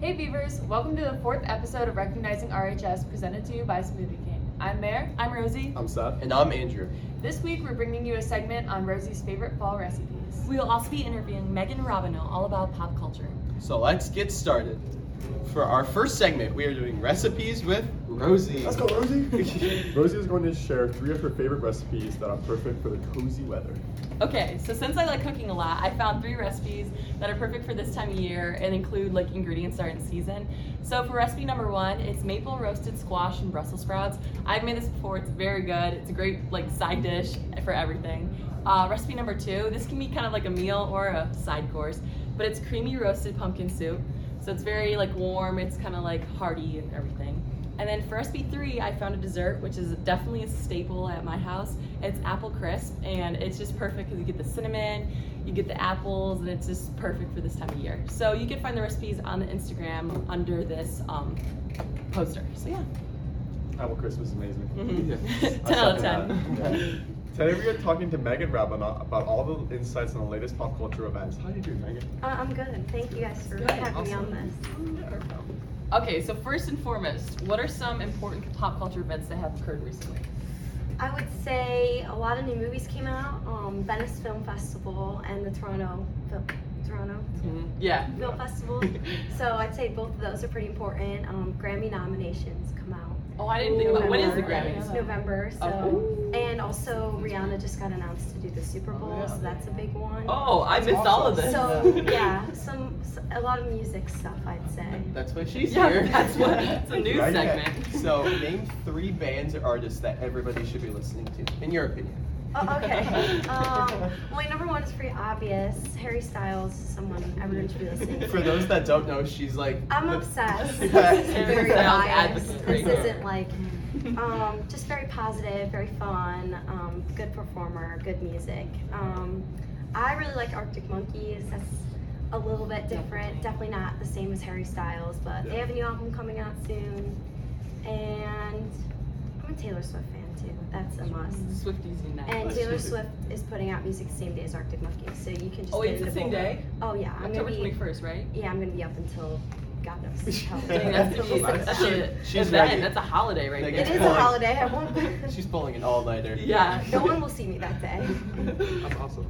Hey Beavers, welcome to the fourth episode of Recognizing RHS presented to you by Smoothie King. I'm Mare. I'm Rosie. I'm Seth. And I'm Andrew. This week we're bringing you a segment on Rosie's favorite fall recipes. We will also be interviewing Megan Robineau all about pop culture. So let's get started. For our first segment, we are doing recipes with Rosie. Let's go, Rosie. Rosie is going to share three of her favorite recipes that are perfect for the cozy weather. Okay, so since I like cooking a lot, I found three recipes that are perfect for this time of year and include like ingredients that are in season. So for recipe number one, it's maple roasted squash and Brussels sprouts. I've made this before; it's very good. It's a great like side dish for everything. Uh, recipe number two, this can be kind of like a meal or a side course, but it's creamy roasted pumpkin soup. So it's very like warm. It's kind of like hearty and everything. And then for recipe three, I found a dessert, which is definitely a staple at my house. It's apple crisp, and it's just perfect because you get the cinnamon, you get the apples, and it's just perfect for this time of year. So you can find the recipes on the Instagram under this um, poster. So yeah. Apple crisp is amazing. Mhm. Yeah. 10 out of I'll 10. second that. Today we are talking to Megan Rabana about all the insights on the latest pop culture events. How do you do, Megan? Uh, I'm good. Thank you guys for Good. having me on Awesome. this. Okay, so first and foremost, what are some important pop culture events that have occurred recently? I would say a lot of new movies came out. Um, Venice Film Festival and the Toronto Fil- Toronto Yeah. Film Festival. So I'd say both of those are pretty important. Um, Grammy nominations come out. Oh, I didn't think about when is the Grammys? It's November. So Oh. and also Rihanna just got announced to do the Super Oh, Bowl, yeah. so that's a big one. Oh, I missed all of this. So yeah, some s- a lot of music stuff I'd say. That's why she's Yeah, here. that's what. It's a news Right. segment. So name three bands or artists that everybody should be listening to, in your opinion. Oh, okay. Um, my number one is pretty obvious. Harry Styles is someone everyone should be listening to. For those that don't know, she's like. I'm obsessed. This Yeah. is very Sound biased. advocate. This isn't like, um, just very positive, very fun, um, good performer, good music. Um, I really like Arctic Monkeys. That's a little bit different. Definitely not the same as Harry Styles, but they have a new album coming out soon. And I'm a Taylor Swift fan too. That's a must. Swifties unite. And Taylor Swift is putting out music the same day as Arctic Monkeys, so you can just. Oh, get wait, it's the into same both. day? Oh yeah, I'm October gonna be. 21st, right? Yeah, I'm gonna be up until God knows. how long. Dang, that's, Until that's, six that's, o'clock. a, She's event. ready. that's a holiday right Like, It there. is a holiday. I won't. She's pulling an all nighter. Yeah. No one will see me that day. That's Uh, awesome.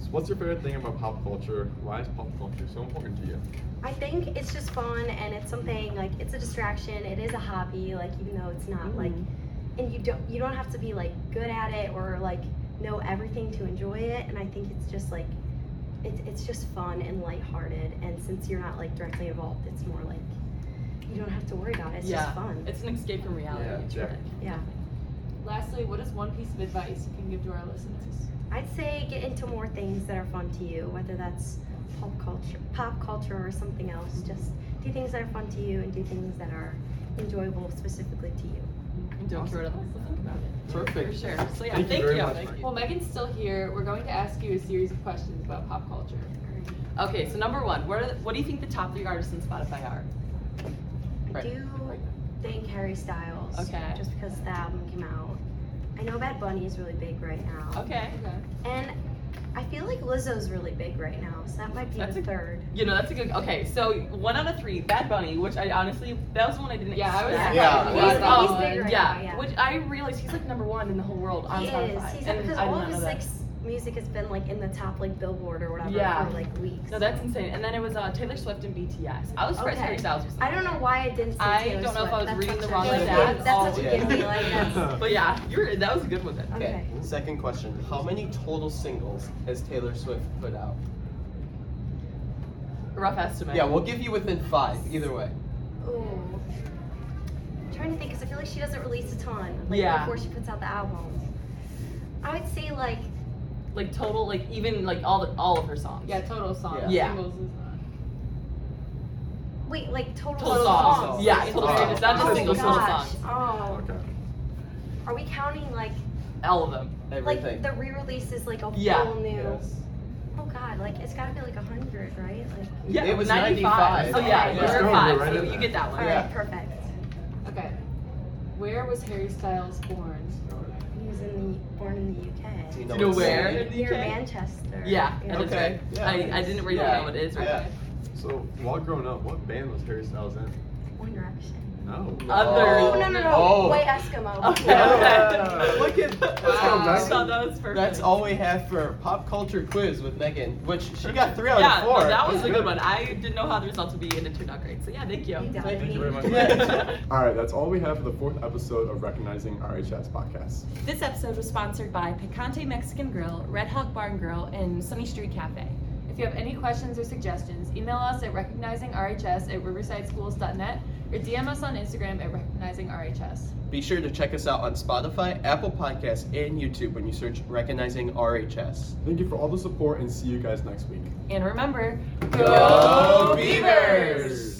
So what's your favorite thing about pop culture? Why is pop culture so important to you? I think it's just fun and it's something like it's a distraction. It is a hobby, like even though it's not like, and you don't you don't have to be like good at it or like know everything to enjoy it. And I think it's just like, it's it's just fun and lighthearted. And since you're not like directly involved, it's more like you don't have to worry about it. It's yeah. just fun. It's an escape from reality. Yeah, it's yeah. right. Yeah. Lastly, what is one piece of advice you can give to our listeners? I'd say get into more things that are fun to you, whether that's pop culture, pop culture or something else. Just do things that are fun to you and do things that are enjoyable specifically to you. And don't care what others think about it. Perfect. For sure. So yeah, Thank you thank, very you. much, Thank Mike. you. Well, Megan's still here. We're going to ask you a series of questions about pop culture. Okay, so number one, what, are, what do you think the top three artists in Spotify are? I Right. do Right. think Harry Styles, Okay. just because the album came out. I know Bad Bunny is really big right now, Okay. Okay. and I feel like Lizzo's really big right now, so that might be That's the a- third. You know, that's a good. Okay, so one out of three, Bad Bunny, which I honestly, that was the one I didn't Yeah, I was expect. Yeah. he's, Yeah. he's Oh, big right yeah, now. Yeah, which I realized he's like number one in the whole world on he Spotify. is. He's and because I did all not of know his that. like s- music has been like in the top like Billboard or whatever Yeah. for like weeks. No, that's insane. And then it was uh, Taylor Swift and BTS. I was surprised Okay. Harry Styles was. I don't know why I didn't say I Taylor don't know if I was Swift. That's reading the such wrong a- ad. That's such a Oh, give me yeah. like that's But yeah, you're that was a good one then. okay. Second question: How many total singles has Taylor Swift put out? A rough estimate. Yeah, we'll give you within five. Either way. Ooh. I'm trying to think because I feel like she doesn't release a ton like, Yeah. before she puts out the album. I would say like Like total, like even like all the, all of her songs. Yeah, total songs. Yeah. Singles is not. wait like total, Total songs. songs. songs. Yeah, total Oh. songs. It's not just oh single gosh. total songs. Oh, Okay. are we counting like All of them. Everything. like the re-releases like a Yeah. whole new? Yes. Oh god, like it's gotta be like a hundred, right? Like Yeah, It was 95. 95. So yeah, Okay. you Let's were go, five. we're right so in you there. get that all one. right, Oh, Yeah. perfect. Okay. Where was Harry Styles born? He was in the born in the UK. Do you Do you know what's where? saying? In the Near UK? Manchester. Yeah, I Okay. just- I- I didn't really Yeah. know what it is right Yeah. So So, while growing up, what band was Harry Styles in? One Direction. No. Other- Oh no no no! Oh. Way Eskimo. Okay, Yeah. okay. Look at Wow. Oh, I Nice. thought that was perfect. That's all we have for pop culture quiz with Megan, which she got three out Yeah, of no, four. that was a good one. I didn't know how the results would be, and it turned out great. So yeah, thank you. You got Thank me. you very much. All right, that's all we have for the fourth episode of Recognizing RHS podcast. This episode was sponsored by Picante Mexican Grill, Red Hawk Barn Grill, and Sunny Street Cafe. If you have any questions or suggestions, email us at recognizingrhs at riversideschools.net or DM us on Instagram at recognizingrhs. Be sure to check us out on Spotify, Apple Podcasts, and YouTube when you search Recognizing RHS. Thank you for all the support and see you guys next week. And remember, Go Beavers!